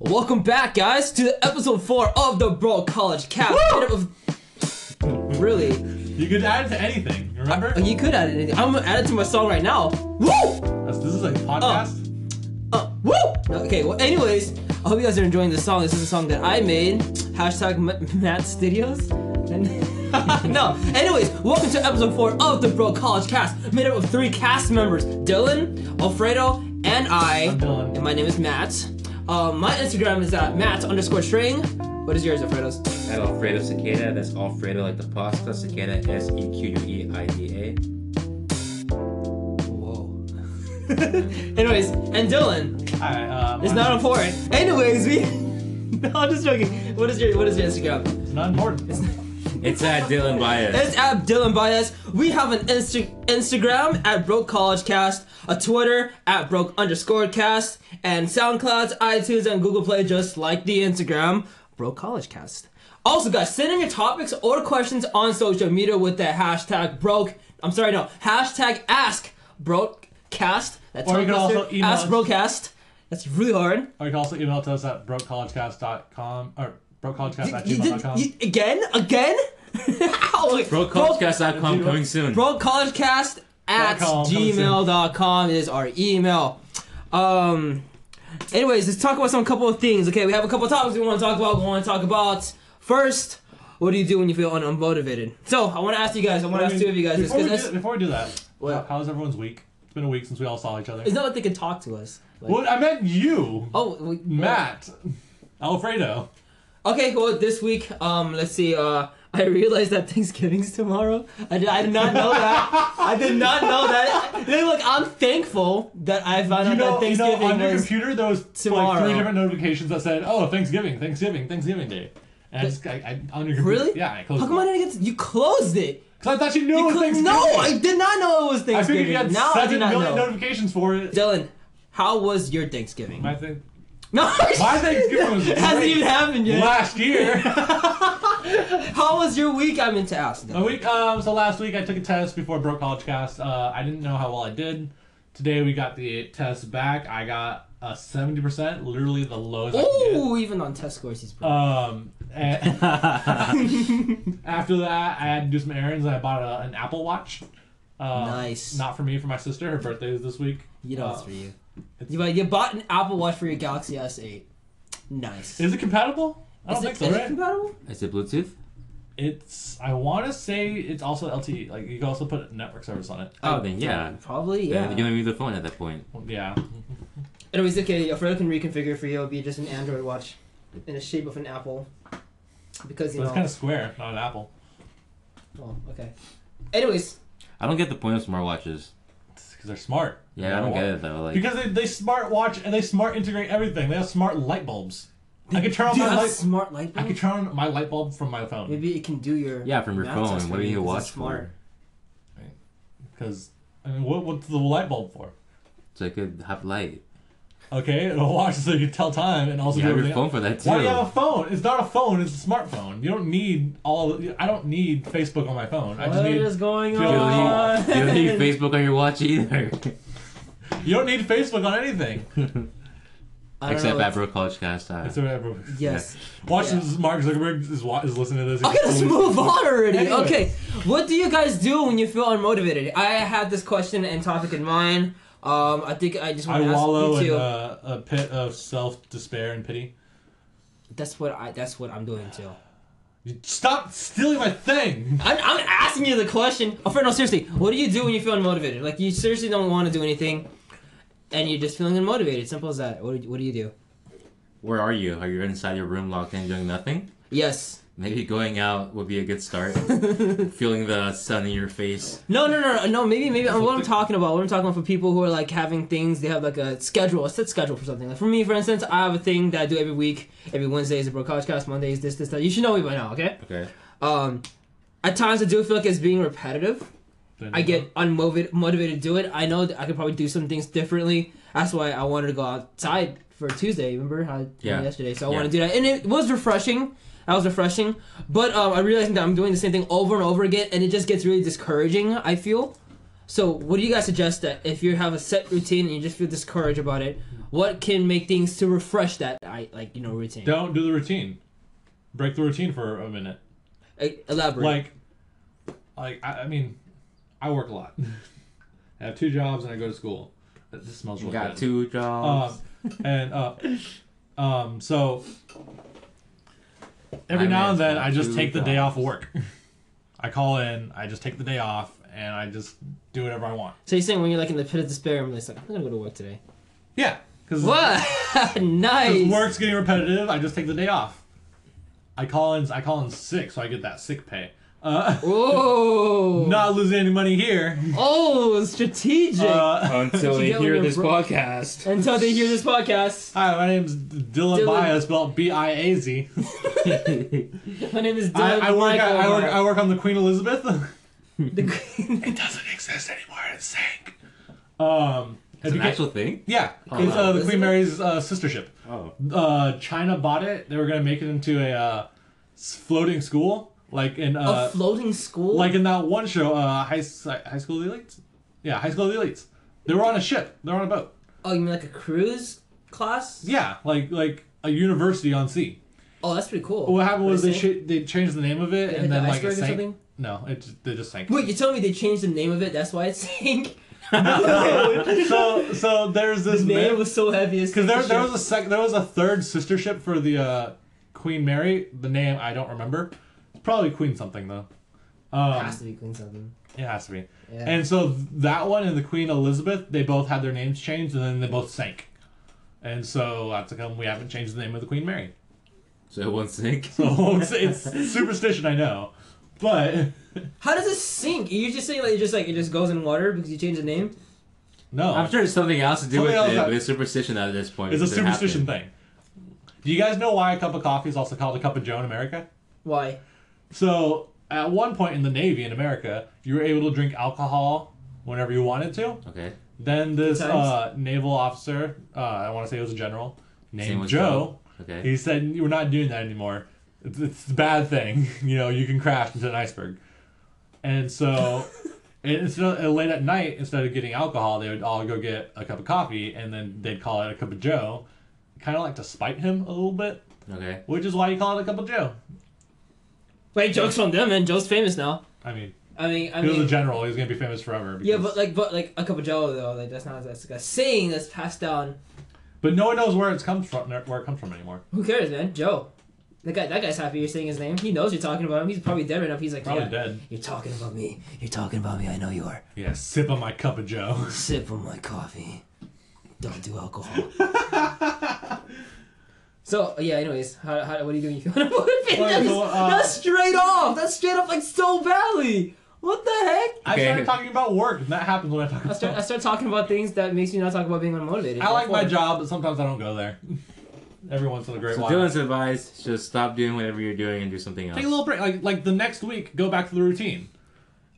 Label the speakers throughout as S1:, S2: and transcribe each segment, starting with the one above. S1: Welcome back, guys, to episode four of the Bro College Cast. Bit of a- Really?
S2: You could add it to anything. Remember?
S1: Uh, You could add it. in- I'm gonna add it to my song right now. Woo!
S2: That's- this is a podcast.
S1: Uh, woo! Okay. Well, anyways, I hope you guys are enjoying this song. This is a song that I made. Hashtag M- Matt Studios. And no. Anyways, welcome to episode four of the Bro College Cast, made up of three cast members: Dylan, Alfredo, and I.
S2: I'm Dylan.
S1: And my name is Matt. Uh, my Instagram is at Matt underscore String. What is yours, Alfredo's?
S3: At Alfredo Cicada, that's Alfredo like the pasta, Cicada S E Q U E I D A.
S1: Whoa. Anyways, and Dylan,
S2: Alright, um,
S1: it's not important. Anyways, we. no, I'm just joking. What is your What is your Instagram?
S2: it's not important.
S3: It's at Dylan Baez.
S1: It's at Dylan Bias. We have an Insta- Instagram at Broke College Cast, a Twitter at Broke underscore Cast, and SoundClouds, iTunes, and Google Play, just like the Instagram Broke College Cast. Also, guys, send in your topics or questions on social media with the hashtag Broke. I'm sorry, no hashtag Ask Broke Cast. That's
S2: Or
S1: how
S2: you can
S1: it's
S2: also
S1: listed.
S2: email
S1: Ask
S2: us.
S1: Brokecast. That's really hard.
S2: Or you can also email it to us at brokecollegecast.com or
S1: You did-
S2: brokecollegecast.gmail.com.
S1: you- again, again. Ow.
S3: BroCollegeCast.com coming soon.
S1: broadcastcast at
S2: Dot com, coming soon.
S1: gmail.com is our email um anyways let's talk about some couple of things okay we have a couple of topics we want to talk about we want to talk about first what do you do when you feel un- unmotivated so i want to ask you guys i want to ask two of you guys this
S2: Before, we
S1: because
S2: do, before we do that,
S1: What?
S2: how- how's everyone's week? It's been a week since we all saw each other.
S1: it's not like they can talk to us Like,
S2: What I meant you,
S1: oh we,
S2: Matt, Alfredo.
S1: okay well this week um let's see uh I realized that Thanksgiving's tomorrow. I did, I did not know that. I did not know that. Look, I'm thankful that I found
S2: You
S1: out
S2: know,
S1: that
S2: you know,
S1: Thanksgiving
S2: on your
S1: was
S2: computer there was like
S1: tomorrow.
S2: three different notifications that said, "Oh, Thanksgiving, Thanksgiving, Thanksgiving Day." And I just, I, I, on your computer,
S1: Really?
S2: yeah, I closed.
S1: How come I
S2: it.
S1: didn't get to, you closed it?
S2: Because I thought you knew
S1: You
S2: it was
S1: clo-
S2: Thanksgiving.
S1: no, I did not know it was
S2: I figured
S1: Thanksgiving.
S2: you had
S1: now I do
S2: seven
S1: not
S2: million
S1: know.
S2: notifications for it.
S1: Dylan, how was your Thanksgiving?
S2: My thing.
S1: no,
S2: My Thanksgiving was
S1: it hasn't
S2: great.
S1: even happened yet.
S2: Last year,
S1: How was your week? I meant to ask.
S2: a
S1: Dylan.
S2: week. Um, so last week I took a test before Broke College Cast. Uh, I didn't know how well I did. Today we got the test back. I got a seventy percent, literally the lowest. I can get.
S1: Ooh, even on test scores, he's. pretty
S2: Um, and after that, I had to do some errands. and I bought a, an Apple Watch. Uh,
S1: Nice.
S2: Not for me, for my sister. Her birthday is this week.
S1: you know, it's
S2: Uh,
S1: for you.
S2: it's-
S1: You, you bought an Apple Watch for your Galaxy S8. Nice.
S2: Is it compatible? I don't
S1: Is
S2: think
S1: it,
S2: so,
S1: is it
S2: right?
S1: compatible?
S3: Is it Bluetooth?
S2: It's. I want to say it's also LTE. Like you can also put a network service on it.
S3: Oh, then yeah.
S1: Probably,
S3: Yeah,
S1: yeah.
S3: You're gonna mute the phone at that point.
S2: Yeah.
S1: Anyways, okay, Alfredo can reconfigure for you. It'll be just an Android watch in the shape of an apple. Because, you
S2: But it's
S1: know.
S2: kind of square, not an apple.
S1: Well, okay. Anyways,
S3: I don't get the point of smartwatches.
S2: Because they're smart.
S3: Yeah, I don't get it though. Like,
S2: Because they, they smart watch and they smart integrate everything. They have smart light bulbs. I could turn on
S1: do you
S2: my
S1: have
S2: light.
S1: smart light
S2: I
S1: bulbs?
S2: could turn on my light bulb from my phone
S1: Maybe it can do your
S3: yeah, from your
S1: math
S3: phone.
S1: test
S3: What
S1: for
S3: do you
S1: because it's
S3: watch
S1: smart.
S3: for?
S2: because I mean, what what's the light bulb for?
S3: So I could have light.
S2: Okay, and a watch so you can tell time and also
S3: You
S2: do
S3: have your
S2: everything
S3: phone for that too.
S2: Why do you have a phone? It's not a phone. It's a smartphone. You don't need all. I don't need Facebook on my phone. I just
S1: What
S2: need.
S1: is going
S2: You
S3: You
S2: don't
S1: on?
S3: don't need, you don't need Facebook on your watch either.
S2: You don't need Facebook on anything.
S1: I don't
S3: Except
S1: know.
S3: at Bro College Cast. Uh,
S2: It's whatever.
S1: Yes.
S2: Watch
S1: Yeah.
S2: this. Mark Zuckerberg is, wa- is listening to this.
S1: Okay, let's move on already.
S2: Anyway.
S1: Okay, what do you guys do when you feel unmotivated? I had this question and topic in mind. Um, I think I just
S2: I
S1: want to
S2: wallow uh,
S1: ask you too.
S2: in a, a pit of self despair and pity.
S1: That's what I. That's what I'm doing too.
S2: You- Stop stealing my thing.
S1: I'm, I'm asking you the question. Oh, Fred, no, seriously. What do you do when you feel unmotivated? Like you seriously don't want to do anything, and you're just feeling unmotivated. Simple as that. What do, what do you do?
S3: Where are you? Are you inside your room locked in doing nothing?
S1: Yes.
S3: Maybe going out would be a good start. Feeling the sun in your face.
S1: No, no, no, no, no. Maybe, maybe uh,
S2: That's
S1: what
S2: what
S1: I'm
S2: they-
S1: talking about. What I'm talking about for people who are like having things. They have like a schedule, a set schedule for something. Like for me, for instance, I have a thing that I do every week. Every Wednesday is a bro college cast. Monday is this, this, that. You should know me by now, okay?
S3: Okay.
S1: Um, at times I do feel like it's being repetitive. I get unmotivated motivated to do it. I know that I could probably do some things differently. That's why I wanted to go outside for Tuesday. Remember how I did
S3: Yeah.
S1: yesterday? So I
S3: Yeah.
S1: want to do that, and it was refreshing. That was refreshing, but um, I realized that I'm doing the same thing over and over again, and it just gets really discouraging. I feel So, what do you guys suggest that if you have a set routine and you just feel discouraged about it, what can make things to refresh that I like you know routine?
S2: Don't do the routine. Break the routine for a minute.
S1: E- Elaborate.
S2: Like, like I, I mean, I work a lot. I have two jobs and I go to school. That- This smells really
S3: Got
S2: good.
S3: two
S2: Um,
S3: jobs.
S2: and uh, um, so every
S3: I
S2: now and
S3: manage
S2: then
S3: my
S2: I just
S3: two
S2: take the day off
S3: jobs.
S2: work. I call in. I just take the day off and I just do whatever I want.
S1: so you're saying when you're like in the pit of despair, I'm just like, I'm gonna go to work today.
S2: Yeah, because
S1: What? nice.
S2: work's getting repetitive. I just take the day off. I call in. I call in sick, so I get that sick pay. Uh,
S1: Whoa.
S2: not losing any money here.
S1: Oh, strategic.
S2: Uh,
S1: Did you
S3: Until they
S1: get one
S3: hear
S1: of
S3: this
S1: bro-
S3: podcast.
S1: Until they hear this podcast,
S2: Hi, my name's Dylan,
S1: Dylan.
S2: Baez, spelled B-I-A-Z.
S1: my name is
S2: I,
S1: Doug.
S2: I work.
S1: Michael
S2: At, I work.
S1: Hart.
S2: I work on the Queen Elizabeth.
S1: The Queen-
S2: it doesn't exist anymore. It's sank. Um, if
S3: It's
S2: you
S3: an
S2: can't-
S3: actual thing?
S2: yeah,
S3: Oh,
S2: it's
S3: wow.
S2: uh, the
S1: Is
S2: Queen
S1: it?
S2: Mary's uh, sister ship.
S3: Oh.
S2: Uh, China bought it. They were gonna make it into a uh, s- floating school, like in
S1: a
S2: uh,
S1: floating school.
S2: like in that one show, uh, high S- high school elites. Yeah, high school elites. They were on a ship. They were on a boat.
S1: oh, you mean like a cruise class?
S2: Yeah, like like a university on sea.
S1: Oh, that's pretty cool.
S2: What happened was
S1: What'd
S2: they
S1: you say?
S2: cha- they changed the name of it
S1: They hit
S2: and then
S1: the
S2: like it
S1: iceberg or
S2: sank.
S1: something?
S2: No, it just, they just sank.
S1: Wait, you telling me they changed the name of it? That's why it sank.
S2: so so there's this
S1: The name
S2: myth-
S1: was so heavy. it's
S2: Because there,
S1: like
S2: there
S1: shit.
S2: was a sec, there was a third sister ship for the uh, Queen Mary. The name I don't remember. It's probably Queen something though. Um,
S1: has to be Queen something.
S2: it has to be.
S1: Yeah.
S2: And so th- that one and the Queen Elizabeth, they both had their names changed, and then they both sank. And so that's come we haven't changed the name of the Queen Mary.
S3: So it won't sink.
S2: So it's, it's superstition, I know, but
S1: How does it sink? You just say like it just like it just goes in water because you change the name.
S2: no,
S3: I'm sure it's something else to do
S2: Something else
S3: with it,
S2: that-
S3: but it's superstition at this point.
S2: it's a
S3: because it happened.
S2: superstition thing. Do you guys know why a cup of coffee is also called a cup of Joe in America?
S1: Why?
S2: So at one point in the Navy in America, you were able to drink alcohol whenever you wanted to.
S3: Okay.
S2: Then this
S1: Good
S2: uh, naval officer, uh, I want to say it was a general,
S3: Same
S2: named
S3: with
S2: Joe,
S3: Okay.
S2: he said, "We're not doing that anymore. It's, it's a bad thing. You know, you can crash into an iceberg." And so, and instead and late at night, instead of getting alcohol, they would all go get a cup of coffee, and then they'd call it a cup of Joe, kind of like to spite him a little bit,
S3: okay.
S2: which is why you call it a cup of Joe.
S1: Wait, jokes from them, man. Joe's famous now.
S2: I mean,
S1: I mean, I
S2: he was a
S1: mean.
S2: general. He was gonna be famous forever.
S1: Yeah,
S2: because-
S1: but like, but like a cup of Joe though, like that's not that's like a saying that's passed down.
S2: But no one knows where it comes from. Where it comes from anymore?
S1: Who cares, man? Joe, that guy, that guy's happy you're saying his name. He knows you're talking about him. He's probably dead right now. He's like,
S2: Probably
S1: yeah,
S2: dead.
S1: You're talking about me. You're talking about me. I know you are.
S2: Yeah, sip on my cup of Joe.
S1: Sip on my coffee. Don't do alcohol. so yeah. Anyways, how, how, what are you doing? You want to
S2: Well,
S1: that's,
S2: so, uh,
S1: that's straight off. That's straight off like so badly. What the heck?
S2: I
S3: Okay.
S2: started talking about work, and that happens when I talk
S1: I
S2: about.
S1: start, I start talking about things that makes me not talk about being unmotivated.
S2: I like my
S1: Therefore-
S2: job, but sometimes I don't go there. Every once in a great
S3: So
S2: while.
S3: Dylan's advice: is just stop doing whatever you're doing and do something else.
S2: Take a little break. Like like the next week, go back to the routine.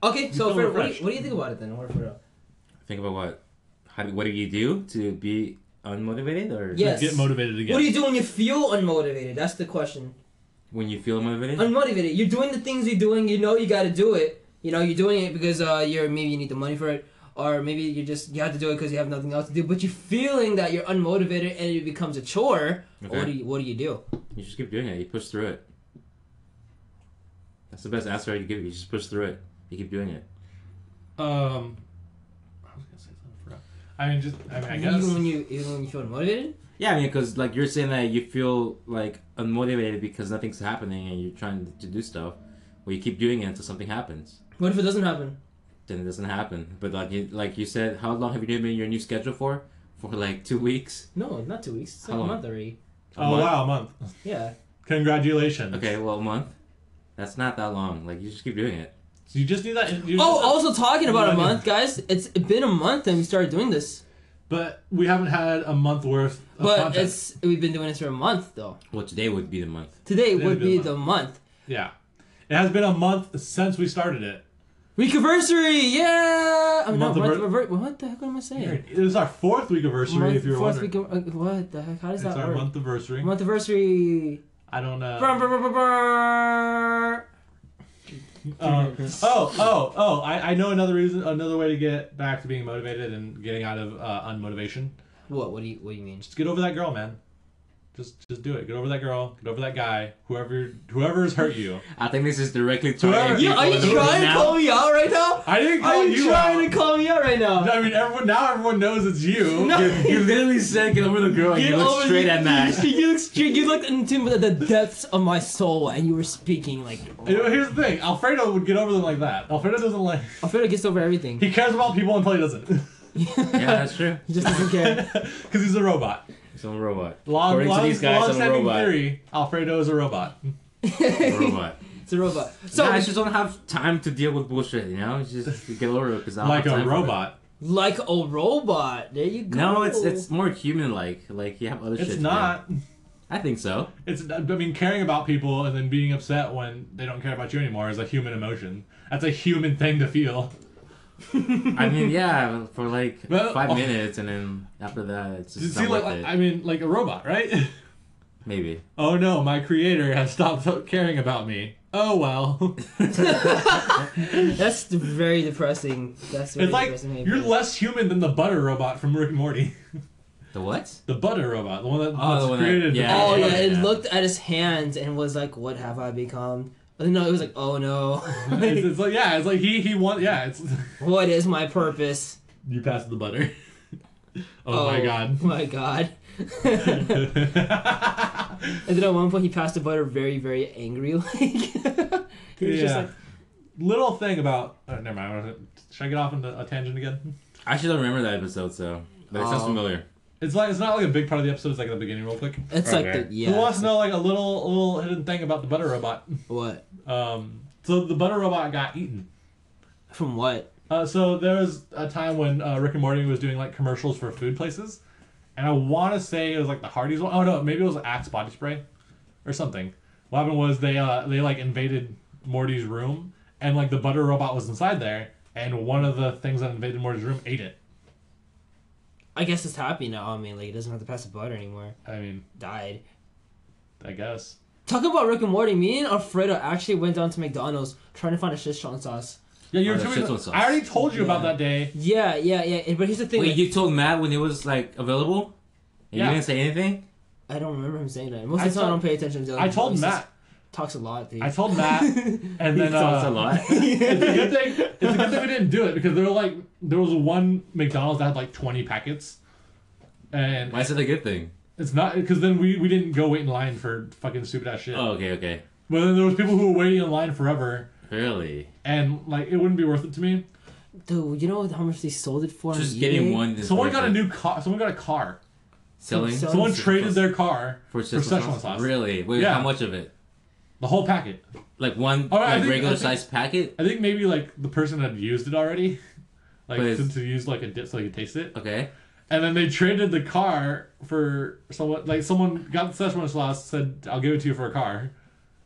S1: Okay, so for, what,
S2: feel
S1: do
S2: refreshed.
S1: you, what do you think about it then? Or for real?
S3: Think about what. How do, what do you do to be unmotivated, or
S1: Yes.
S2: Get motivated again.
S1: What do you do when you feel unmotivated? That's the question.
S3: when you feel motivated?
S1: Unmotivated. You're doing the things you're doing. You know you got to do it. You know you're doing it because uh, you're maybe you need the money for it, or maybe you just you have to do it because you have nothing else to do. But you're feeling that you're unmotivated and it becomes a chore.
S3: Okay.
S1: What do you What do you do?
S3: you just keep doing it. You push through it. That's the best answer I could give you. You just push through it. You keep doing it.
S2: Um, I was gonna say something. I forgot. I mean, just I mean, I guess.
S1: Even when you even when you feel unmotivated.
S3: Yeah, I mean, because like you're saying that you feel like unmotivated because nothing's happening and you're trying to do stuff. Well, you keep doing it until something happens.
S1: What if it doesn't happen?
S3: Then it doesn't happen. But like you, like you said, how long have you been in your new schedule for? For like two weeks.
S1: No, not two weeks. It's like a
S3: How long?
S1: month already.
S3: A
S2: oh
S3: month?
S2: wow, a month.
S1: Yeah.
S2: Congratulations.
S3: Okay, well, a month. That's not that long. Like you just keep doing it.
S2: So you just need that. you
S1: Oh,
S2: just-
S1: also talking about a
S2: Yeah.
S1: month, guys. It's been a month and we started doing this,
S2: But we haven't had a month worth. Of
S1: but
S2: content.
S1: it's we've been doing this for a month though.
S3: Well, today would be the month.
S1: Today
S2: Today
S1: would
S2: would
S1: be
S2: be the
S1: the month.
S2: yeah. It has been a month since we started it.
S1: Reconversary, yeah. I'm not
S2: Month
S1: month
S2: of
S1: of ver- What the heck am I saying?
S2: It is our fourth week anniversary,
S1: Month-
S2: if you're
S1: fourth
S2: wondering.
S1: week of- uh, what the heck? How does
S2: it's
S1: that
S2: our
S1: work?
S2: month anniversary. uh,
S1: Month anniversary.
S2: I don't know.
S1: Brr, brr, brr, brr, brr.
S2: Um, oh, oh, oh! I, I know another reason, another way to get back to being motivated and getting out of uh, unmotivation.
S1: What? What do you? What do you mean?
S2: Just get over that girl, man. Just just do it. Get over that girl. Get over that guy. Whoever whoever's hurt you.
S3: I think this is directly
S2: Whoever-
S3: targeting
S1: You,
S3: people
S1: are you
S3: in the room
S1: trying to
S3: now.
S1: call me out right now?
S2: I didn't
S1: Are you,
S2: call Oh, you
S1: trying
S2: out.
S1: to call me out right now?
S2: I mean, everyone now everyone knows it's you.
S1: No.
S3: You, you literally said get over the girl and
S1: Get
S3: you look
S1: over-
S3: straight at Max.
S1: You, you, look straight- you looked into the depths of my soul, and you were speaking like.
S2: You know, Here's the thing. Alfredo would get over them like that. Alfredo doesn't like.
S1: Alfredo gets over everything.
S2: He cares about people until he doesn't,
S3: yeah, that's true.
S1: He just doesn't care.
S2: because he's a robot.
S3: It's a robot.
S2: Long,
S3: According
S2: long,
S3: to these guys, I'm a
S2: long-standing
S3: robot.
S2: theory. Alfredo is a robot.
S3: I'm a robot.
S1: It's a robot. So,
S3: So I just don't have time to deal with bullshit. You know, It's just get over it because I'm
S2: Like a robot.
S1: like a robot. There you go.
S3: No, it's it's more human-like. Like you have other shit.
S2: It's
S3: to do.
S2: not.
S3: I think so.
S2: It's I mean, caring about people and then being upset when they don't care about you anymore is a human emotion. That's a human thing to feel.
S3: I mean, yeah, for like
S2: Well,
S3: five
S2: oh.
S3: minutes, and then after that, it's just
S2: See,
S3: not
S2: like,
S3: worth it.
S2: I mean, like a robot, right?
S3: Maybe.
S2: Oh no, my creator has stopped caring about me. Oh well.
S1: That's d- very depressing. That's very
S2: It's like
S1: depressing.
S2: you're less human than the butter robot from Rick and Morty.
S3: The what?
S2: The butter robot, the one that,
S3: Oh,
S2: that's
S3: the one that-
S2: created. the-
S3: yeah,
S1: oh yeah,
S3: yeah,
S1: it
S3: yeah.
S1: looked at his hands and was like, "What have I become?" But no, it was like, "Oh no,
S2: It's, it's like yeah, it's like he he wants yeah. It's
S1: what is my purpose?"
S2: you passed the butter. oh, my god.
S1: My god. and then at one point he passed the butter very, very angry. Like he was just
S2: Yeah.
S1: like,
S2: Little thing about oh, never mind. I wanna- Should I get off on the, a tangent again?
S3: I actually don't remember that episode, so but it sounds
S1: Oh.
S3: familiar.
S2: It's like it's not like a big part of the episode. It's like at the beginning, real quick.
S1: it's
S3: Okay.
S1: like the
S2: Who
S1: yeah.
S2: wants to know like a little little hidden thing about the butter robot?
S1: What
S2: Um, so the butter robot got eaten.
S1: from what?
S2: Uh, so there was a time when uh, Rick and Morty was doing like commercials for food places, and I want to say it was like the Hardee's one. Oh no, maybe it was Axe body spray, or something. What happened was they uh, they like invaded Morty's room, and like the butter robot was inside there, and one of the things that invaded Morty's room ate it.
S1: I guess it's happy now. I mean, like he doesn't have to pass the butter anymore.
S2: I mean,
S1: Died.
S2: I guess.
S1: Talk about Rick and Morty. Me and Alfredo actually went down to McDonald's trying to find a Szechuan sauce.
S2: Yeah, you
S3: Oh,
S2: were
S3: that
S2: telling me.
S3: shit's on sauce.
S2: I already told you about
S1: Yeah.
S2: that day.
S1: Yeah, yeah, yeah. and- But here's the thing.
S3: Wait,
S1: like,
S3: you told Matt when it was like available, and
S2: Yeah.
S3: you didn't say anything.
S1: I don't remember him saying that. Most
S2: I
S1: of the time, I
S2: told-
S1: don't pay attention to.
S2: I
S1: him. He
S2: told
S1: just
S2: Matt.
S1: Talks a lot, dude.
S2: I told Matt, and
S3: He
S2: then
S3: talks
S2: uh,
S3: a lot.
S2: it's a good thing. It's a good thing we didn't do it because there were like there was one McDonald's that had like twenty packets, and
S3: Why is it a good thing?
S2: it's not because then we we didn't go wait in line for fucking stupid ass shit.
S3: Oh, okay, okay.
S2: But then there was people who were waiting in line forever,
S3: Really?
S2: and like it wouldn't be worth it to me.
S1: Dude, you know how much they sold it for? on
S3: Just
S1: eBay?
S3: getting one. is
S2: Someone
S3: worth
S2: got a
S3: it.
S2: new car. Someone got a car.
S3: selling.
S1: Someone-
S2: Someone
S1: Szechuan
S2: traded their car
S3: for
S2: for
S3: Szechuan
S2: Szechuan
S3: sauce?
S2: sauce.
S3: Really? Wait,
S2: Yeah.
S3: how much of it?
S2: The whole packet.
S3: Like one
S2: Oh, I
S3: like
S2: think- I
S3: regular
S2: think-
S3: sized packet?
S2: I think maybe like the person had used it already, like
S3: But
S2: to,
S3: it's-
S2: to use like a dip so they could taste it.
S3: Okay.
S2: And then they traded the car for someone. Like someone got the Szechuan sauce, said, "I'll give it to you for a car."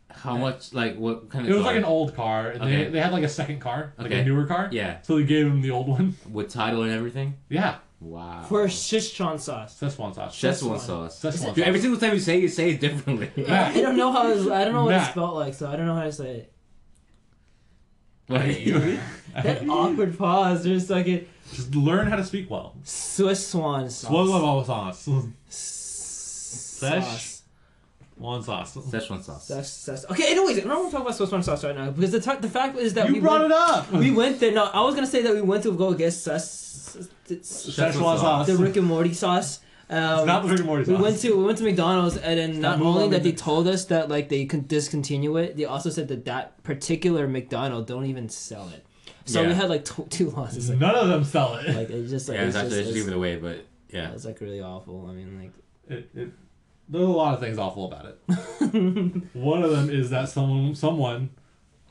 S3: How much? Like what kind of?
S2: It was like
S3: car?
S2: an old car, and
S3: Okay.
S2: they, they had like a second car, like
S3: Okay.
S2: a newer car.
S3: Yeah.
S2: So they gave him the old one.
S3: with title and everything.
S2: Yeah,
S3: Wow.
S1: For Szechuan sauce.
S2: Szechuan sauce.
S3: Szechuan
S1: Szechuan.
S3: sauce.
S2: Szechuan sauce.
S3: Dude, every single time you say it, you say it differently.
S2: Matt,
S1: I don't know how it's, I don't know what it's
S2: Matt.
S1: spelled like, so I don't know how to say it.
S3: Wait.
S1: That awkward pause. There's like a
S2: just learn how to speak well.
S1: Swiss swan sauce.
S2: One sauce.
S1: Sesh.
S2: One sauce.
S3: Szechuan sauce.
S1: Sesh. Sesh. Okay. Anyways, I don't want to talk about Swiss swan sauce right now because the, t- the fact is that we
S2: You brought
S1: went,
S2: it up.
S1: We went there. No, I was gonna say that we went to go get Sesh,
S2: Szechuan
S3: Szechuan
S2: sauce.
S3: sauce.
S1: the Rick and Morty sauce. Um,
S2: It's not the Rick and Morty
S1: we
S2: sauce.
S1: went to we went to McDonald's and then
S2: Stop
S1: not only
S2: moving
S1: that they
S2: it.
S1: told us that like they can discontinue it, they also said that that particular McDonald don't even sell it. So we
S3: Yeah.
S1: had like tw- two losses. Like,
S2: None of them sell it.
S1: like it's just like
S3: Yeah,
S1: it's
S3: it's actually
S1: just,
S3: just
S1: it's,
S3: leave it away, but yeah.
S1: it's, like really awful. I mean like
S2: it, it there's a lot of things awful about it. One of them is that someone someone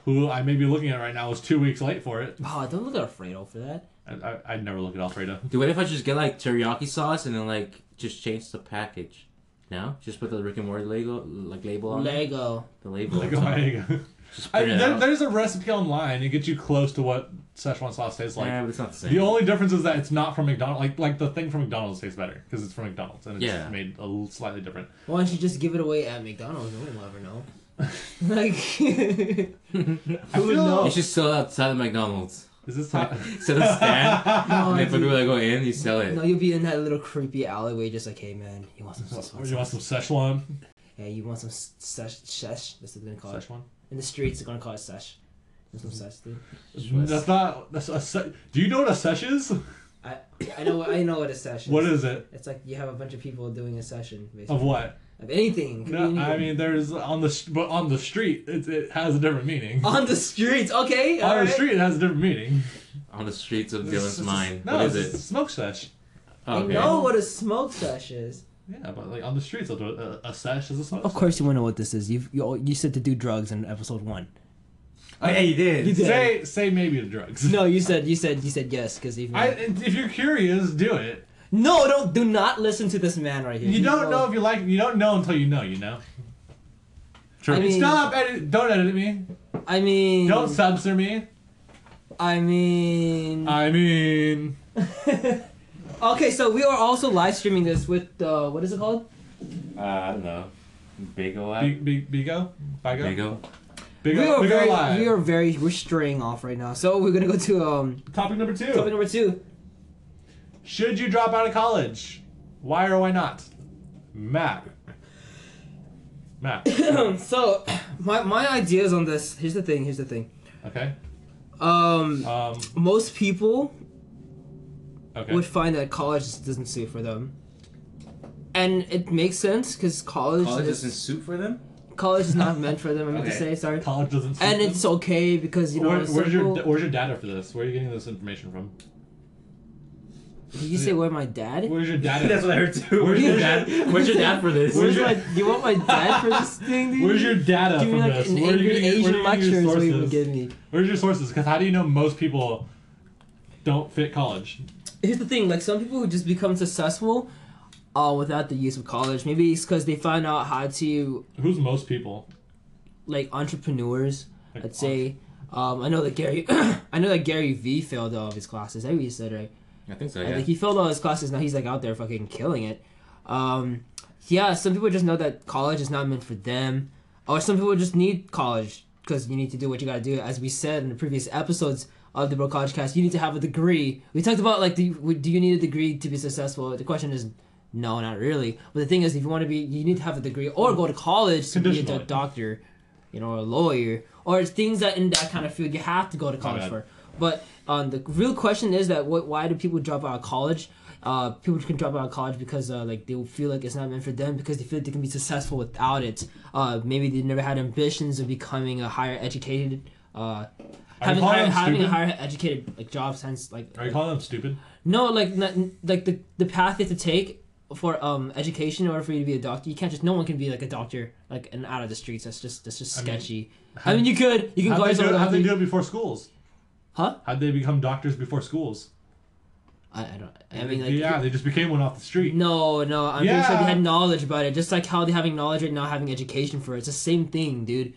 S2: who I may be looking at right now was two weeks late for it.
S1: oh don't look at Alfredo for that.
S2: I, I, I'd never look at Alfredo.
S3: Dude, what if I just get like teriyaki sauce and then like just change the package? No, just put the Rick and Morty label, like label on it.
S1: Lego.
S3: The label.
S2: Like,
S3: on top.
S2: like,
S3: Just
S2: I,
S3: print it
S2: there,
S3: out.
S2: there's a recipe online. It gets you close to what Szechuan sauce tastes like.
S3: yeah, but it's not the same.
S2: The only difference is that it's not from McDonald's. Like like the thing from McDonald's tastes better because it's from McDonald's and it's
S3: Yeah.
S2: made a l- slightly different.
S1: Why don't you just give it away at McDonald's? No one will ever know. Like, who would
S2: feel-
S1: know?
S3: You should sell it outside of McDonald's.
S2: Is this hot?
S3: Set a stand.
S1: No,
S3: and if
S1: dude.
S3: people that go in, you sell it.
S1: No, you'll be in that little creepy alleyway, just like, hey man, you want some
S2: Or
S1: Szechuan
S2: you want some
S1: sauce?
S2: Szechuan?
S1: Yeah, you want some sesh? sesh? That's what they're gonna call it.
S2: Szechuan?
S1: In the streets, they're gonna call it sesh. There's some
S2: Mm-hmm.
S1: sesh, dude.
S2: That's not. That's a. se- Do you know what a sesh is?
S1: I, I know, I know what a sesh is.
S2: What is it?
S1: It's like you have a bunch of people doing a session, basically.
S2: Of what?
S1: Of anything. Could
S2: No,
S1: be
S2: I
S1: anything.
S2: mean, there's on the st- but on the street, it, it has a different meaning.
S1: on the streets. Okay,
S2: On
S1: all
S2: the
S1: Oh, right.
S2: street, it has a different meaning.
S3: On the streets of
S2: It's-
S3: Dylan's
S2: it's-
S3: mind.
S2: No,
S3: what is
S2: it's
S3: it?
S2: a smoke sesh.
S1: I
S3: Oh, okay.
S1: know what a smoke sesh is.
S2: Yeah, but like on the streets, a, a, a sesh is a smoke.
S1: Of course, you want to know what this is. You've, you all- you said to do drugs in episode one.
S3: Oh, yeah, you did.
S1: You did.
S2: Say say maybe to drugs.
S1: No, you said you said you said yes because you.
S2: I, if you're curious, do it.
S1: No, don't do not listen to this man right here.
S2: You
S1: He's
S2: don't
S1: all-
S2: know if you like. You don't know until you know. You know. True.
S1: I mean-
S2: Stop! Edit, don't edit me.
S1: I mean,
S2: Don't censor me.
S1: I mean.
S2: I mean,
S1: okay, so we are also live streaming this with uh, what is it called?
S3: Uh, I don't know. Bagel app?
S2: big, big, bigo, bigo,
S3: Bagel?
S2: bigo,
S1: Uh, we are
S2: bigo
S1: very,
S2: live.
S1: we are very, we're straying off right now. So we're gonna go to um
S2: Topic number two.
S1: topic number two.
S2: Should you drop out of college? Why or why not? Matt. Matt.
S1: so, my my ideas on this. Here's the thing. Here's the thing.
S2: Okay.
S1: Um,
S2: Um.
S1: most people
S2: Okay.
S1: would find that college just doesn't suit for them. And it makes sense because college,
S3: College
S1: is,
S3: doesn't suit for them?
S1: college is not meant for them. I meant to
S3: Okay.
S1: say sorry.
S2: college doesn't. suit
S1: And
S2: them?
S1: it's okay because you know.
S2: Where,
S1: it's
S2: where's your
S1: simple-
S2: Where's your data for this? Where are you getting this information from?
S1: Did you say where my dad?
S2: Where's your data?
S3: what I heard too. Where's
S2: your
S3: your
S2: dad-
S3: dad? Where's your dad for this?
S1: Where's my? You want my dad for this thing, dude?
S2: Where's your data
S1: Give me
S2: from
S1: like
S2: this?
S1: an
S2: where are you
S1: angry
S2: getting, your-
S1: Asian
S2: where are you getting
S1: lecture
S2: your
S1: is what
S2: sources?
S1: you would give me.
S2: Where's your sources? Because how do you know most people don't fit college?
S1: Here's the thing: like some people who just become successful, uh, without the use of college. Maybe it's because they find out how to
S2: Who's most people?
S1: like entrepreneurs.
S2: Like,
S1: I'd say. Um, I know that Gary. I know that Gary V failed all of his classes. I really said right.
S3: I think so,
S1: I
S3: yeah.
S1: Like he failed all his classes. Now he's like out there fucking killing it. Um, yeah, some people just know that college is not meant for them, or some people just need college because you need to do what you gotta do. As we said in the previous episodes of the Bro College Cast, you need to have a degree. We talked about like, do you, do you need a degree to be successful? The question is. No, not really. But the thing is, if you want to be, you need to have a degree or go to college to be a
S2: Conditional.
S1: doctor, you know, or a lawyer, or things that in that kind of field you have to go to college
S2: bad.
S1: for. But um, the real question is that what, why do people drop out of college? Uh, people can drop out of college because uh, like they feel like it's not meant for them because they feel like they can be successful without it. Uh, maybe they never had ambitions of becoming a higher educated. Uh, having,
S2: calling them
S1: having a
S2: stupid?
S1: higher educated like job sense like
S2: Are you calling them stupid?
S1: no, like not, like the the path you have to take for um education in order for you to be a doctor. You can't just no one can be like a doctor like and out of the streets. That's just that's just
S2: I mean,
S1: sketchy. I mean, you could you can
S2: How'd
S1: call
S2: they, do
S1: yourself
S2: it,
S1: a
S2: how'd they
S1: doctor.
S2: do it before schools?
S1: Huh?
S2: How'd they become doctors before schools?
S1: I, I don't. I mean, like
S2: yeah, they just became one off the street.
S3: Mm,
S1: no, no. I'm pretty sure
S2: Yeah.
S1: they had knowledge about it, just like how they having knowledge and not having education for it. It's the same thing, dude.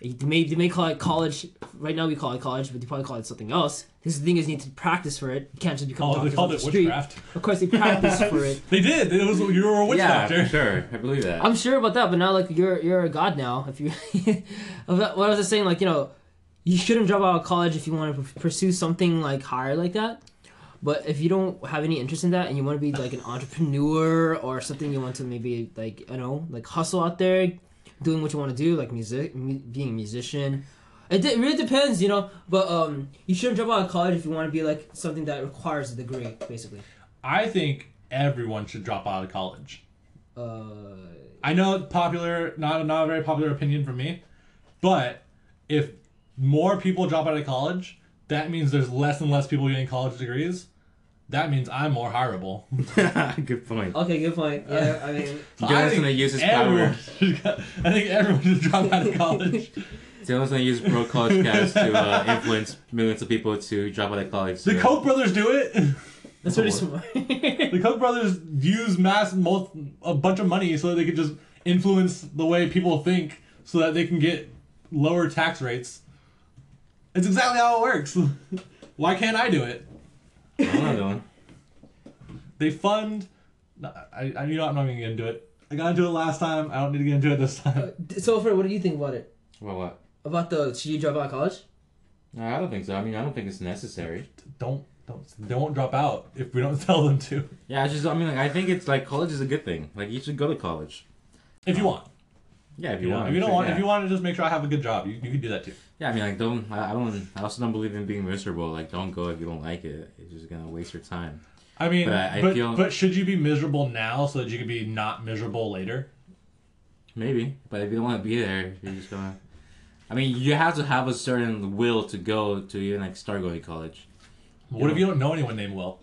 S1: They may, they may call it college. Right now we call it college, but they probably call it something else. This is the thing is you need to practice for it. You can't just become
S2: Oh, they
S1: doctors
S2: called
S1: on
S2: it
S1: the street.
S2: witchcraft.
S1: Of course, they practice for it.
S2: They did. It was you were a witch
S3: yeah,
S2: doctor.
S3: sure. I believe that.
S1: I'm sure about that, but now like you're you're a god now. If you, what I was just saying, like you know, you shouldn't drop out of college if you want to pursue something like higher like that. But if you don't have any interest in that and you want to be like an entrepreneur or something, you want to maybe like you know like hustle out there, doing what you want to do, like music, mu- being a musician. It, de- really depends, you know. But um, you shouldn't drop out of college if you want to be like something that requires a degree, basically.
S2: I think everyone should drop out of college.
S1: Uh,
S2: I know it's popular, not not a very popular opinion from me, but if more people drop out of college, that means there's less and less people getting college degrees. That means I'm more hireable.
S3: Good point.
S1: okay, good point. Yeah, I mean.
S2: So
S3: Dylan's
S2: I think
S3: gonna use his
S2: everyone
S3: power.
S2: should go- I think everyone should drop out of college.
S3: Dylan's gonna use Bro College Cast to uh, influence millions of people to drop out of college.
S2: the
S3: so-
S2: Koch brothers do it.
S1: That's pretty smart.
S2: The Koch brothers use mass mul- a bunch of money so that they could just influence the way people think, so that they can get lower tax rates. It's exactly how it works. Why can't I do it?
S3: I don't know, Dylan.
S2: They fund. I, I you know I'm not even gonna do it. I got into it last time. I don't need to get into it this time.
S1: Uh, So, Fred, what do you think about it?
S3: Well, what?
S1: About the should you drop out of college?
S3: No, I don't think so. I mean, I don't think it's necessary.
S2: Don't don't they won't drop out if we don't tell them to.
S3: Yeah, it's just I mean, like, I think it's like college is a good thing. Like you should go to college.
S2: If you want,
S3: Yeah, if you,
S2: you know.
S3: want.
S2: If you don't
S3: sure,
S2: want,
S3: yeah.
S2: if you want to just make sure I have a good job, you, you can do that too.
S3: Yeah, I mean, like don't. I, I don't. I also don't believe in being miserable. Like don't go if you don't like it. It's just gonna waste your time.
S2: I mean,
S3: But
S2: but
S3: I- I
S2: but,
S3: feel-
S2: should you be miserable now so that you can be not miserable later?
S3: Maybe, but if you don't want to be there, you're just gonna. I mean, you have to have a certain will to go to even like start going to college.
S2: What if you don't know anyone named Will?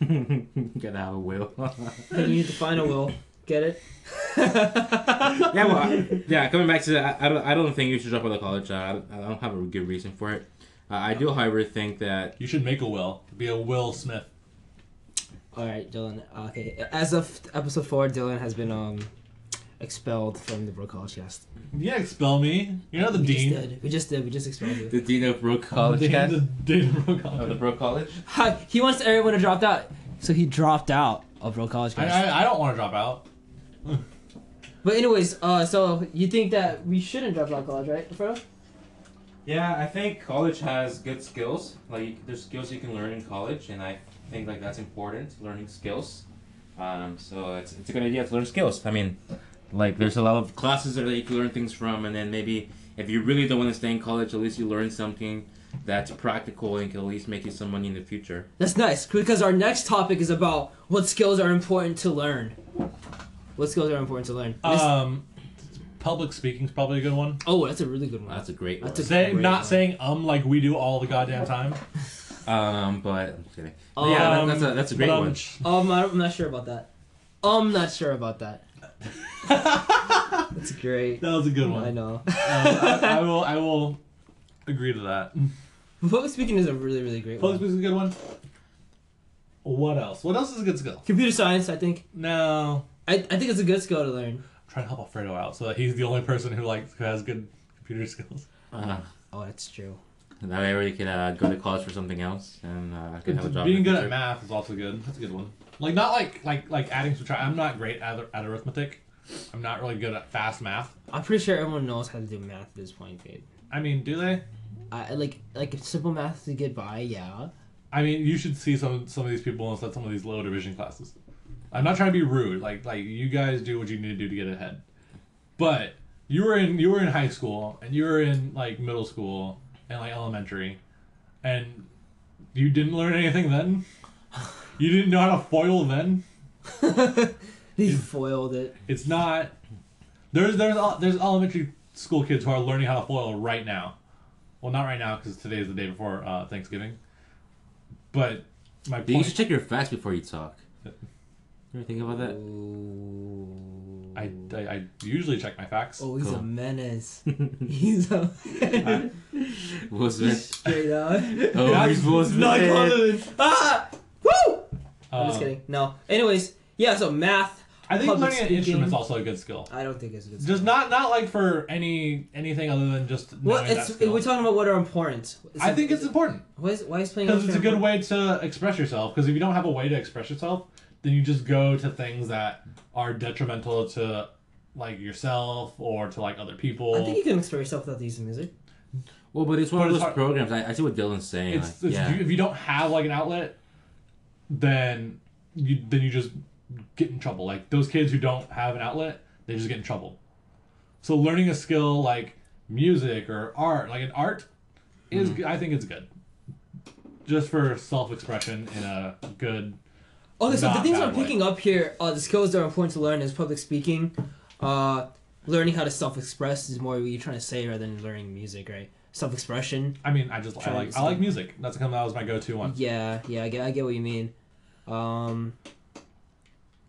S3: you gotta have a will.
S1: Then you need to find a will. Get it?
S3: yeah, well, I- yeah. Coming back to that, I, I don't. I don't think you should drop out of college. I, I don't have a good reason for it. Uh, I do, however, think that
S2: You should make a will. Be a Will Smith.
S1: All right, Dylan. Uh, Okay, as of episode four, Dylan has been um expelled from the Bro College cast.
S2: Yeah, expel me. You're not the
S1: We just
S2: dean.
S1: did. We just did. We just expelled you.
S3: the dean of Brook
S2: The
S1: Oh,
S3: College
S2: dean-
S3: has-
S2: the dean of Brook College.
S3: of the Brook College.
S1: Hi, he wants everyone to drop out, so he dropped out of Bro College
S2: I,
S1: cast.
S2: I, I don't want to drop out.
S1: But anyways, uh, so you think that we shouldn't drop out of college, right, bro?
S3: Yeah, I think college has good skills. Like there's skills you can learn in college, and I think like that's important, learning skills. Um, so it's, it's a good idea to learn skills. I mean, like there's a lot of classes there that you can learn things from, and then maybe if you really don't want to stay in college, at least you learn something that's practical and can at least make you some money in the future.
S1: That's nice because our next topic is about what skills are important to learn. What skills are important to learn? This-
S2: Um, public speaking's probably a good one.
S1: oh, that's a really good one.
S3: That's a great one.
S1: That's a-
S2: Say,
S1: Great
S2: not
S1: one.
S2: saying um like we do all the goddamn time.
S3: um, but I'm just kidding. But
S1: Um,
S3: yeah, that, that's a that's a great
S2: but, um,
S3: one.
S1: Um, I don't- I'm not sure about that. I'm not sure about that. That's great.
S2: That was a good one.
S1: I know.
S2: Uh, I, I will. I will agree to that.
S1: Public speaking is a really, really great
S2: Public
S1: one.
S2: speaking's a good one. What else? What else is a good skill?
S1: Computer science, I think.
S2: No,
S1: I, I think it's a good skill to learn.
S2: I'm trying to help Alfredo out so that he's the only person who like who has good computer skills.
S3: Uh,
S1: Oh, that's true.
S3: that way, everybody could uh, go to college for something else, and uh, I could have a job. in
S2: Being
S3: the
S2: good
S3: future.
S2: at math is also good. That's a good one. Like not like like like adding subtract. I'm not great at, at arithmetic. I'm not really good at fast math.
S1: I'm pretty sure everyone knows how to do math at this point, babe.
S2: I mean, do they?
S1: I I like like simple math to get by. Yeah.
S2: I mean, you should see some some of these people inside some of these low division classes. I'm not trying to be rude. Like like you guys do what you need to do to get ahead. But you were in you were in high school and you were in like middle school and like elementary, and you didn't learn anything then. You didn't know how to foil then.
S1: He foiled it.
S2: It's not. There's there's el- there's elementary school kids who are learning how to foil right now. Well, not right now because today is the day before uh, Thanksgiving. But my
S3: Dude, you
S2: point.
S3: should check your facts before you talk. You ever think about that?
S1: Ooh.
S2: I, I, I usually check my facts.
S1: Oh, he's
S3: Cool.
S1: a menace. he's a menace.
S3: Will Smith.
S1: straight up.
S3: Oh, he's Will
S1: Not
S3: Smith.
S1: confident. Ah! Woo! I'm
S2: Um,
S1: just kidding. No. Anyways, yeah. So math.
S2: I think
S1: Public
S2: learning an instrument's
S1: speaking.
S2: also a good skill.
S1: I don't think it's a good.
S2: Just not not like for any anything other than just knowing
S1: Well,
S2: that
S1: it's
S2: skill.
S1: we're talking about what are important. Is
S2: I
S1: it-
S2: think it's important
S1: Why is, why is playing
S2: because it's a good
S1: instrument
S2: way to express yourself. Because if you don't have a way to express yourself, then you just go to things that are detrimental to like yourself or to like other people.
S1: important? I think you can express yourself without using music.
S3: Well, but it's one
S2: But
S3: of
S2: it's
S3: those
S2: hard-
S3: programs. I, I see what Dylan's saying.
S2: it's,
S3: like,
S2: it's
S3: yeah.
S2: if you don't have like an outlet, then you then you just get in trouble. Like those kids who don't have an outlet, they just get in trouble. So learning a skill like music or art, like an art, is g I I think it's good, just for self expression in a good.
S1: Okay, so the
S2: Oh, Not
S1: things
S2: that
S1: I'm
S2: way.
S1: picking up here, uh, the skills that are important to learn is public speaking, uh, learning how to self-express is more what you're trying to say rather than learning music, right? Self-expression.
S2: I mean, I just I
S1: Trying
S2: like
S1: to
S2: I like
S1: see.
S2: music. That's kind of that was my go to one.
S1: Yeah, yeah, I get, I get what you mean. Um,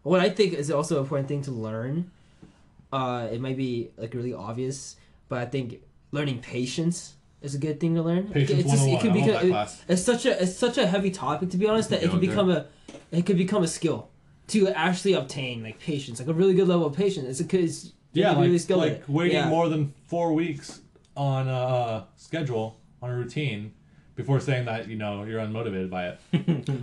S1: what I think is also an important thing to learn. Uh, it might be like really obvious, but I think learning patience is a good thing to learn.
S2: Patience
S1: it's it
S2: 101.
S1: can
S2: I love
S1: become-
S2: that
S1: it-
S2: class.
S1: it's such a it's such a heavy topic to be honest that it can
S3: Yoga.
S1: become a it could become a skill to actually obtain like patience, like a really good level of patience. It's a good it's, you
S2: Yeah,
S1: can be
S2: like,
S1: really skilled at
S2: like
S1: it.
S2: waiting
S1: Yeah.
S2: more than four weeks on a uh, schedule on a routine before saying that you know you're unmotivated by it.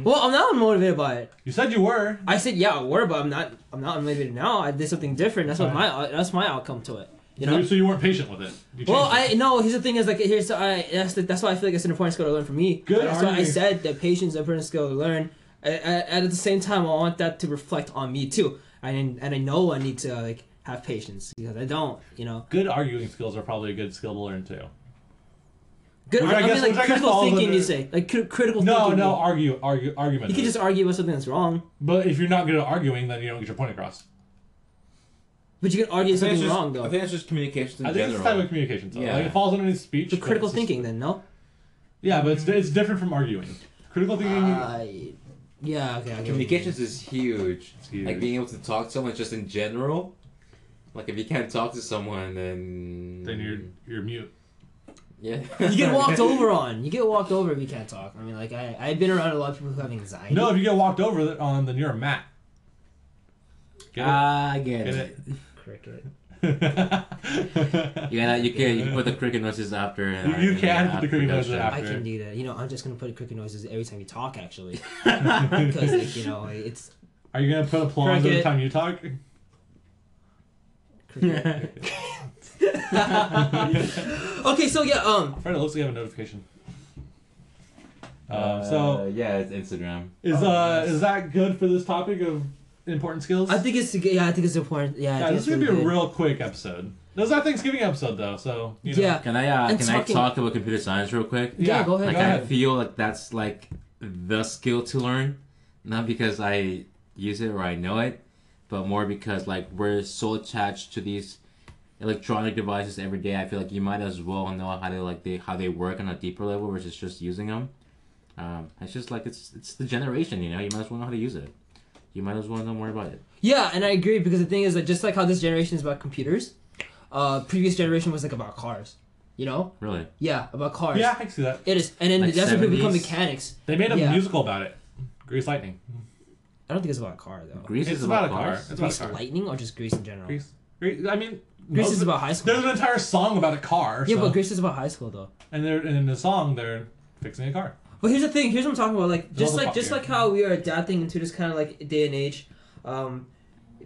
S1: Well, I'm not unmotivated by it.
S2: You said you were.
S1: I said, yeah, I were, but I'm not. I'm not unmotivated now. I did something different. That's what my. That's my outcome to it. You
S2: So-
S1: know.
S2: So you weren't patient with it. You
S1: Well,
S2: changed
S1: I
S2: it.
S1: no. Here's the thing: is like here's the, I that's the, that's why I feel like it's an important skill to learn for me.
S2: Good
S1: That's why I
S2: argument.
S1: said that patience is an important skill to learn. I, I, and at the same time, I want that to reflect on me too. And and I know I need to like have patience because I don't. You know,
S2: good arguing skills are probably a good skill to learn too.
S1: good.
S2: Which
S1: I,
S2: I
S1: I mean,
S2: guess- which I
S1: like
S2: guess
S1: critical
S2: falls
S1: thinking.
S2: under-
S1: You say like cri- critical
S2: No,
S1: thinking.
S2: no, argue, argue, argument.
S1: You can just argue about something that's wrong,
S2: But if you're not good at arguing, then you don't get your point across.
S1: but you can argue
S3: I think
S1: something
S3: it's just-
S1: wrong
S3: I
S1: though.
S3: think it's just communication
S2: I
S3: in
S2: think it's type
S3: general.
S2: of communication. So
S3: Yeah.
S2: like it falls underneath speech.
S1: The
S2: but
S1: critical
S2: it's just-
S1: thinking, then no.
S2: Yeah, but it's, it's different from arguing. Critical thinking.
S1: Uh, yeah. Okay. okay.
S3: Communications is huge.
S2: It's huge.
S3: Like being able to talk to someone just in general. Like if you can't talk to someone, then
S2: then you're you're mute.
S3: yeah.
S1: You get walked over on. You get walked over if you can't talk. I mean, like I, I've been around a lot of people who have anxiety.
S2: No, if you get walked over th- on, then you're a mat. Get it?
S3: Ah, I get
S2: Get
S3: it.
S2: it?
S1: cricket.
S2: you,
S3: Yeah, you can you can put the cricket noises after. And
S2: You- you can put the cricket noises
S3: production.
S2: after.
S1: I can do that. You know, I'm just gonna put cricket noises every time you talk, actually, because like, you know it's
S2: Are you gonna put applause every
S1: Cricket.
S2: time you talk?
S1: cricket. okay, so yeah, um,
S2: Fred, it looks like you have a notification. Um,
S3: Uh,
S2: so
S3: yeah, it's Instagram.
S2: is
S1: oh,
S2: uh
S1: yes.
S2: is that good for this topic of important skills?
S1: I think it's yeah, I think it's important. Yeah, I
S2: Yeah,
S1: think
S2: this is
S1: it's
S2: gonna be
S1: really
S2: a
S1: good.
S2: real quick episode. This is our Thanksgiving episode though, so you know.
S1: yeah.
S3: Can I uh,
S1: And
S3: can
S1: talking-
S3: I talk about computer science real quick?
S1: Yeah, go ahead.
S3: Like
S2: uh,
S1: Go
S3: I
S1: ahead.
S3: feel like that's like the skill to learn, not because I use it or I know it, but more because like we're so attached to these electronic devices every day. I feel like you might as well know how to like they how they work on a deeper level versus just using them. Um, it's just like it's it's the generation, you know. You might as well know how to use it. You might as well know more about it.
S1: Yeah, and I agree because the thing is that just like how this generation is about computers, uh, previous generation was like about cars. You know?
S3: Really,
S1: Yeah, about cars.
S2: Yeah, I can see that.
S1: It is, and then
S3: Like
S1: that's when people become
S3: 70s.
S1: mechanics.
S2: They made a
S1: Yeah.
S2: musical about it. Grease Lightning.
S1: I don't think it's about a car though.
S3: Greece
S2: It's
S3: is
S2: about
S3: about,
S2: a car.
S3: cars.
S2: It's about a
S1: Grease
S2: car.
S1: lightning or just Grease in general?
S2: Grease. Grease. I mean,
S1: Grease
S2: most
S1: is
S2: of-
S1: about high school.
S2: There's an entire song about a car.
S1: yeah,
S2: so-
S1: but Grease is about high school though.
S2: and they're and in the song they're fixing a car.
S1: But here's the thing. Here's what I'm talking about. Like just
S2: all
S1: like
S2: about
S1: just
S2: you.
S1: like how we are adapting into this kind of like day and age, um,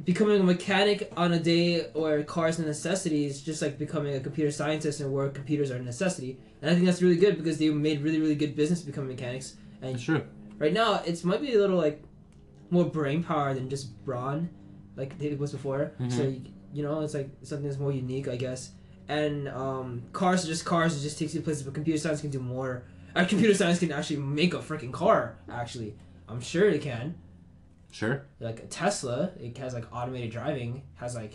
S1: becoming a mechanic on a day where cars are necessities, just like becoming a computer scientist and where computers are a necessity. And I think that's really good because they made really really good business to become mechanics. And
S3: It's true.
S1: right now it's might be a little like more brain power than just brawn like it was before so you, you know it's like something that's more unique i guess and um, cars are just cars it just takes you places but computer science can do more uh, computer science can actually make a freaking car actually i'm sure it can
S3: Sure.
S1: like a tesla it has like automated driving has like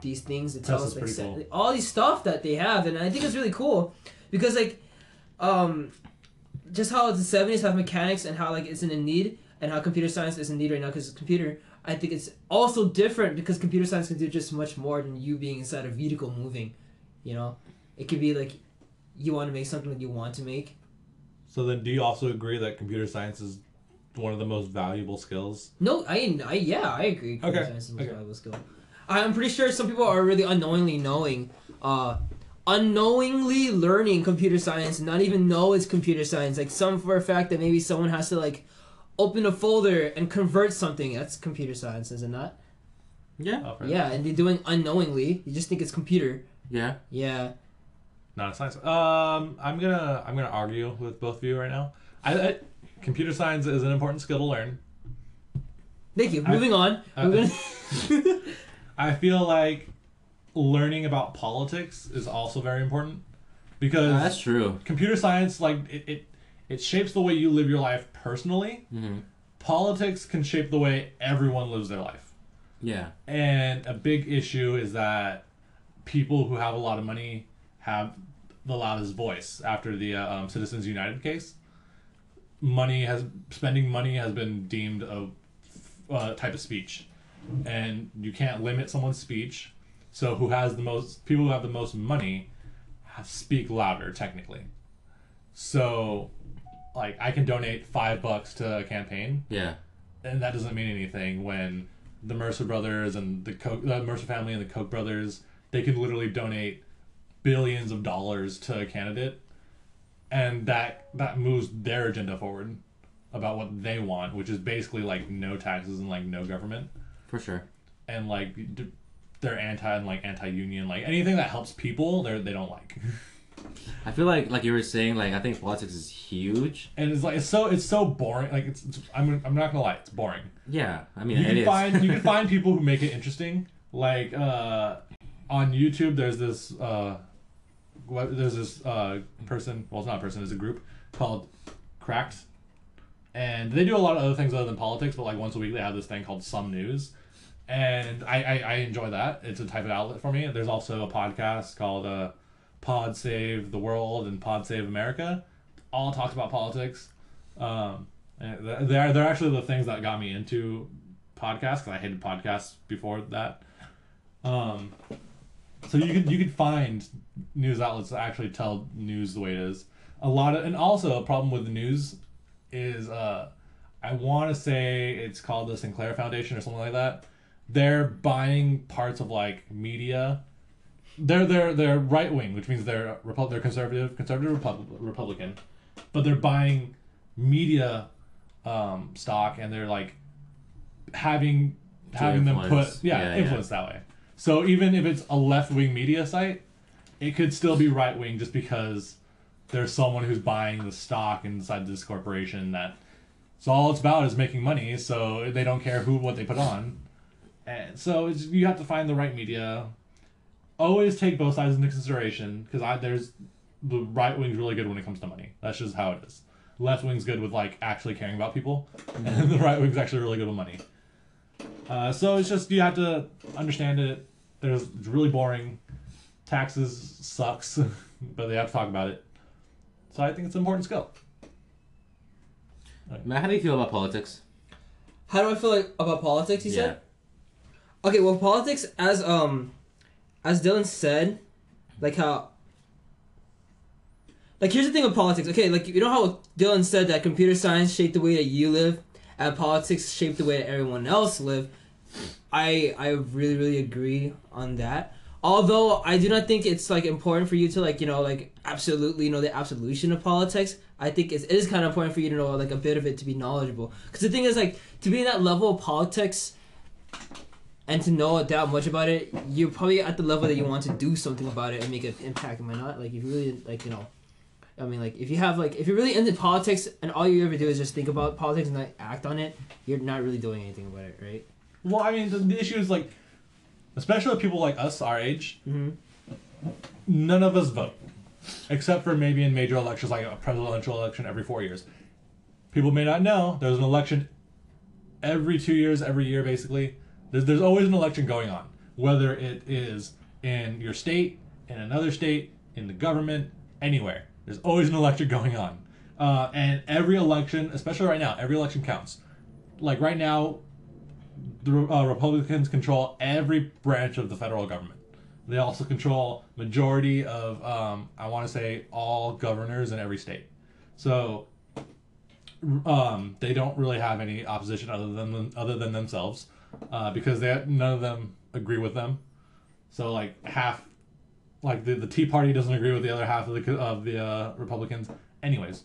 S1: these things that tell
S2: Tesla's
S1: us like
S2: pretty
S1: se- all these stuff that they have and i think it's really cool because like um just how the 70s have mechanics and how like it's in a need and how computer science is in need right now because computer i think it's also different because computer science can do just much more than you being inside a vehicle moving you know it could be like you want to make something that you want to make
S2: So then, do you also agree that computer science is one of the most valuable skills?
S1: No, I, I yeah, I agree. Computer
S2: Okay,
S1: science is the most
S2: okay.
S1: valuable skill. I'm pretty sure some people are really unknowingly knowing, uh, unknowingly learning computer science, and not even know it's computer science. Like some for a fact that maybe someone has to like open a folder and convert something. That's computer science, isn't that?
S3: Yeah.
S2: Oh, Fred.
S1: Yeah, and they're doing unknowingly. You just think it's computer.
S3: Yeah.
S1: Yeah.
S2: Not a science. Um, I'm gonna I'm gonna argue with both of you right now. I, I computer science is an important skill to learn.
S1: Thank you.
S2: I-
S1: Moving on.
S2: I-
S1: We're gonna-
S2: I feel like learning about politics is also very important because
S3: Uh, that's true.
S2: computer science like it, it it shapes the way you live your life personally.
S3: hmm
S2: Politics can shape the way everyone lives their life.
S3: Yeah.
S2: And a big issue is that people who have a lot of money have the loudest voice. After the uh, um, Citizens United case, money has spending money has been deemed a uh, type of speech, and you can't limit someone's speech. So who has the most people who have the most money have, speak louder technically. So, like I can donate five bucks to a campaign,
S3: Yeah.
S2: and that doesn't mean anything when the Mercer brothers and the Koch, the Mercer family and the Koch brothers they can literally donate billions of dollars to a candidate and that that moves their agenda forward about what they want, which is basically like no taxes and like no government
S3: for sure.
S2: and like d- they're anti and like anti-union, like anything that helps people, they they don't like.
S3: I feel like like you were saying, like I think politics is huge.
S2: And it's like it's so it's so boring. Like it's, it's I'm I'm not gonna lie, it's boring.
S3: Yeah, I mean
S2: you
S3: it
S2: can
S3: is.
S2: find you can find people who make it interesting. Like uh, on YouTube, there's this uh, what, there's this uh, person. Well, it's not a person. It's a group called Cracked, and they do a lot of other things other than politics. But like once a week, they have this thing called Some News, and I I, I enjoy that. It's a type of outlet for me. There's also a podcast called uh, Pod Save the World and Pod Save America. All talks about politics. Um, and th- they're they're actually the things that got me into podcasts because I hated podcasts before that. Um, so you could you could find news outlets that actually tell news the way it is. A lot of and also a problem with the news is uh, I want to say it's called the Sinclair Foundation or something like that. They're buying parts of like media. They're they're they're right wing, which means they're Repu- they're conservative, conservative Repub- Republican, but they're buying media um, stock and they're like having having them
S3: influence.
S2: put yeah,
S3: Yeah, yeah.
S2: influence that way. So even if it's a left wing media site, it could still be right wing just because there's someone who's buying the stock inside this corporation that so all it's about is making money so they don't care who what they put on and so it's, you have to find the right media always take both sides into consideration because i there's the right wing's really good when it comes to money that's just how it is left wing's good with like actually caring about people and the right wing's actually really good with money uh, so it's just you have to understand it there's it's really boring taxes sucks but they have to talk about it so i think it's an important skill
S3: Matt, how do you feel about politics?
S1: How do I feel like about politics? You said. Okay, well, politics as um, as Dylan said, like how. Like here's the thing with politics. Okay, like you know how Dylan said that computer science shaped the way that you live, and politics shaped the way that everyone else live. I I really really agree on that. Although I do not think it's like important for you to like you know like absolutely know the absolution of politics. I think it's, it is kind of important for you to know like a bit of it to be knowledgeable. Because the thing is like to be in that level of politics and to know that much about it, you're probably at the level that you want to do something about it and make an impact. Am I not? Like if you really like you know, I mean like if you have like if you're really into politics and all you ever do is just think about politics and like act on it, you're not really doing anything about it, right?
S2: Well, I mean, the, the issue is like, especially with people like us, our age,
S1: Mm-hmm.
S2: none of us vote, except for maybe in major elections, like a presidential election every four years. People may not know there's an election every two years, every year, basically. There's, there's always an election going on, whether it is in your state, in another state, in the government, anywhere. There's always an election going on. Uh, and every election, especially right now, every election counts. Like right now, the uh, Republicans control every branch of the federal government. They also control majority of, um, I want to say, all governors in every state. So um, they don't really have any opposition other than other than themselves, uh, because they none of them agree with them. So like half, like the, the Tea Party doesn't agree with the other half of the of the uh, Republicans. Anyways,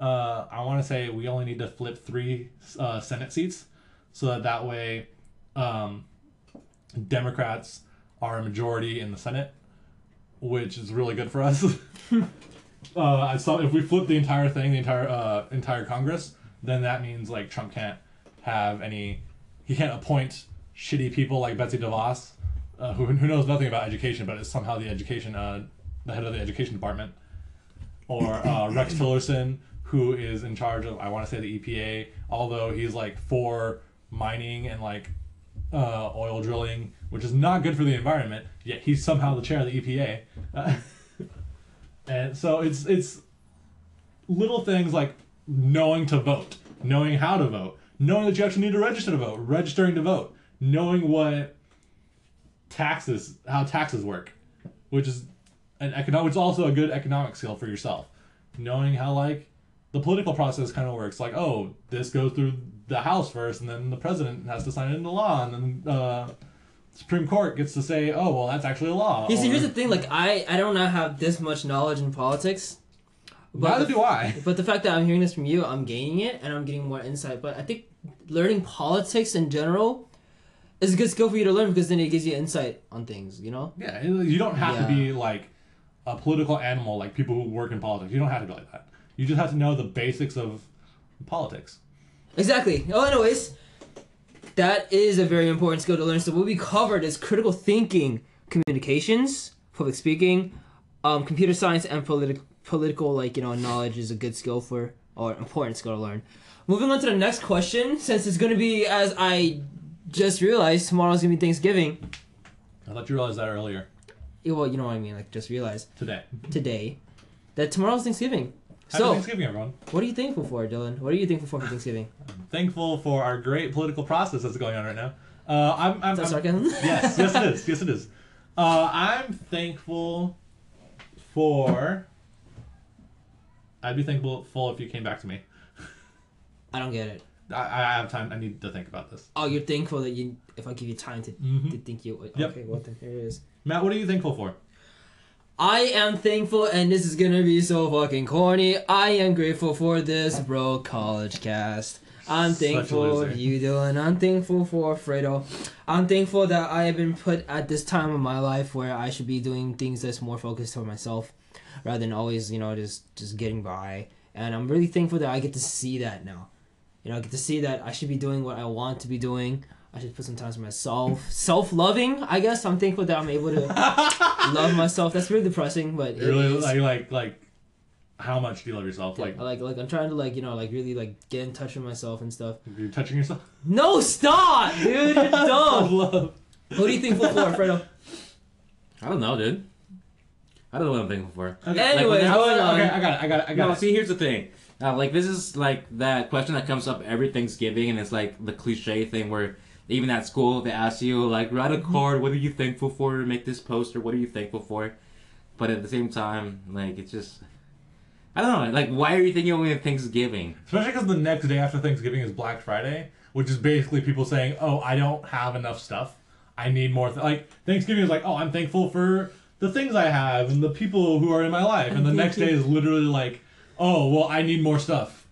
S2: uh, I want to say we only need to flip three uh, Senate seats, so that that way, um, Democrats are a majority in the Senate, which is really good for us. uh, I saw if we flip the entire thing, the entire uh, entire Congress, then that means like Trump can't have any, he can't appoint shitty people like Betsy DeVos, uh, who who knows nothing about education, but is somehow the education uh, the head of the education department, or uh, Rex Tillerson, who is in charge of I want to say the EPA, although he's like for mining and like uh, oil drilling, which is not good for the environment. Yet he's somehow the chair of the EPA. Uh, and so it's it's little things like knowing to vote, knowing how to vote, knowing that you actually need to register to vote, registering to vote, knowing what taxes how taxes work, which is an economic which is also a good economic skill for yourself. Knowing how like the political process kind of works, like oh, this goes through the House first, and then the president has to sign it into law, and then uh, Supreme Court gets to say, oh well, that's actually a law.
S1: You see,
S2: or-
S1: here's the thing. Like, I I don't have this much knowledge in politics. But
S2: Neither
S1: the-
S2: do I.
S1: But the fact that I'm hearing this from you, I'm gaining it and I'm getting more insight. But I think learning politics in general is a good skill for you to learn because then it gives you insight on things, you know?
S2: Yeah, you don't have to
S1: Yeah.
S2: be like a political animal like people who work in politics. You don't have to be like that. You just have to know the basics of politics.
S1: Exactly. Well, anyways, that is a very important skill to learn. So what we covered is critical thinking, communications, public speaking, um, computer science, and politi- political like you know knowledge is a good skill for or important skill to learn. Moving on to the next question, since it's going to be as I just realized tomorrow's going to be Thanksgiving.
S2: I thought you realized that earlier
S1: Yeah, well, you know what I mean. Like, just realized
S2: today.
S1: today that tomorrow's Thanksgiving.
S2: Happy
S1: So,
S2: Thanksgiving, everyone.
S1: what are you thankful for, Dylan? What are you thankful for for Thanksgiving?
S2: I'm thankful for our great political process that's going on right now. Uh, I'm, I'm,
S1: Is that
S2: I'm-
S1: sarcasm?
S2: yes, yes it is. Yes it is. Uh, I'm thankful for. I'd be thankful full if you came back to me.
S1: I don't get it.
S2: I, I have time. I need to think about this.
S1: Oh, you're thankful that you. If I give you time to,
S2: Mhm.
S1: to think you. Okay,
S2: Yep.
S1: well then here it is.
S2: Matt, what are you thankful for?
S1: I am thankful, and this is gonna be so fucking corny. I am grateful for this, bro. College cast. I'm
S2: Such a
S1: thankful
S2: loser.
S1: for you, Dylan. I'm thankful for Fredo. I'm thankful that I have been put at this time of my life where I should be doing things that's more focused on myself, rather than always, you know, just just getting by. And I'm really thankful that I get to see that now. You know, I get to see that I should be doing what I want to be doing. I should put some time for myself. Self loving, I guess. I'm thankful that I'm able to love myself. That's really depressing, but it
S2: really
S1: is.
S2: like like like how much do you love yourself?
S1: like, like,
S2: Like
S1: like, I'm trying to like, you know, like really like get in touch with myself and stuff.
S2: you're touching yourself.
S1: No, stop, dude, you're dumb.
S2: Self-love.
S1: what do you think for, Fredo?
S3: I don't know, dude. I don't know what I'm thankful for.
S2: Okay.
S1: Anyways,
S3: Like,
S1: going on.
S2: okay, I got it. I got it. I got
S3: No,
S2: it.
S3: see, here's the thing. Uh, like, this is like that question that comes up every Thanksgiving, and it's like the cliche thing where even at school they ask you like, write a card. What are you thankful for? Make this poster. What are you thankful for? But at the same time, like, it's just. I don't know. Like, why are you thinking only of Thanksgiving?
S2: Especially because the next day after Thanksgiving is Black Friday, which is basically people saying, "Oh, I don't have enough stuff. I need more." Th-. Like Thanksgiving is like, "Oh, I'm thankful for the things I have and the people who are in my life," and the next day is literally like, "Oh, well, I need more stuff."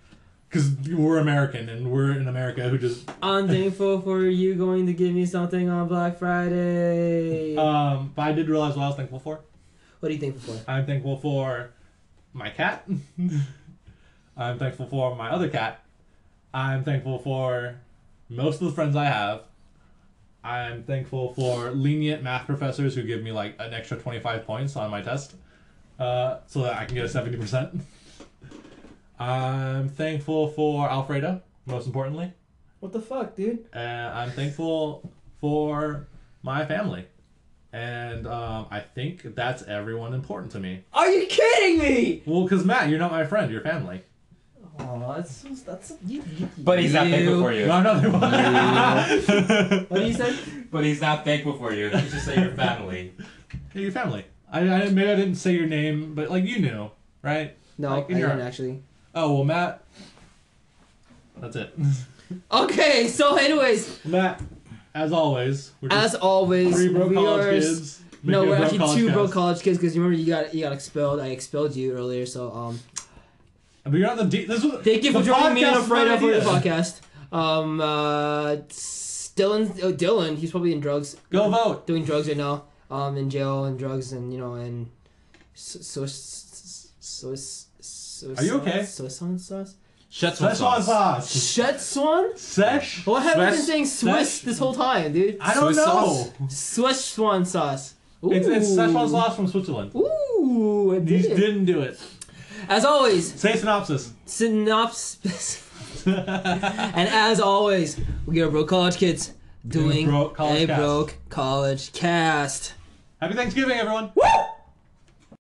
S2: Because we're American and we're in America who just
S1: I'm thankful for you going to give me something on Black Friday.
S2: um but I did realize what I was thankful for.
S1: what do you thankful for?
S2: I'm thankful for my cat. I'm thankful for my other cat. I'm thankful for most of the friends I have. I'm thankful for lenient math professors who give me like an extra 25 points on my test uh, so that I can get a 70%. I'm thankful for Alfredo, most importantly.
S1: What the fuck, dude?
S2: And I'm thankful for my family. And um, I think that's everyone important to me.
S1: Are you kidding me?
S2: Well, because Matt, you're not my friend. You're family.
S1: Oh, that's so, that's you, you-
S3: But he's not thankful for
S2: No,
S3: you.
S2: I'm not their
S1: What do you
S2: one.
S1: say?
S3: But he's not thankful for you. He's just like your family.
S2: You're your family. I, I maybe I didn't say your name, but like you knew, right?
S1: No,
S2: Like,
S1: I
S2: in your-
S1: didn't actually.
S2: Oh well, Matt. That's it.
S1: Okay, so anyways,
S2: Matt, as always, we're
S1: as
S2: just
S1: always,
S2: three broke
S1: we
S2: college
S1: are s-
S2: kids. making
S1: no,
S2: a
S1: we're
S2: broke
S1: actually
S2: college
S1: two
S2: cast.
S1: broke college kids because you remember you got you got expelled. I expelled you earlier, so um,
S2: But you're on the deep. This was
S1: thank you for
S2: the
S1: joining me
S2: podcast
S1: on a
S2: is
S1: Friday
S2: my
S1: for the
S2: idea.
S1: podcast. Um, uh, s- Dylan, oh, Dylan, he's probably in drugs,
S2: Go vote.
S1: doing drugs right now. Um, in jail and drugs and you know and so so so. so
S2: Are you okay?
S1: Szechuan sauce.
S3: Szechuan
S2: Szechuan
S3: sauce.
S2: sauce.
S1: Szechuan?
S2: Sesh.
S1: What have I been
S3: Swiss-
S1: saying Swiss
S2: Swiss-
S1: this whole time, dude?
S2: I don't
S3: Soy
S2: know.
S3: sauce.
S1: Szechuan sauce. Ooh.
S2: It's, it's Szechuan sauce from Switzerland.
S1: Ooh, I
S2: You
S1: did.
S2: just
S1: it.
S2: didn't do it.
S1: As always,
S2: Say synopsis.
S1: synopsis. And as always, we are broke college kids doing
S2: Broke College
S1: a
S2: Cast.
S1: broke college cast.
S2: Happy Thanksgiving, everyone.
S1: Woo!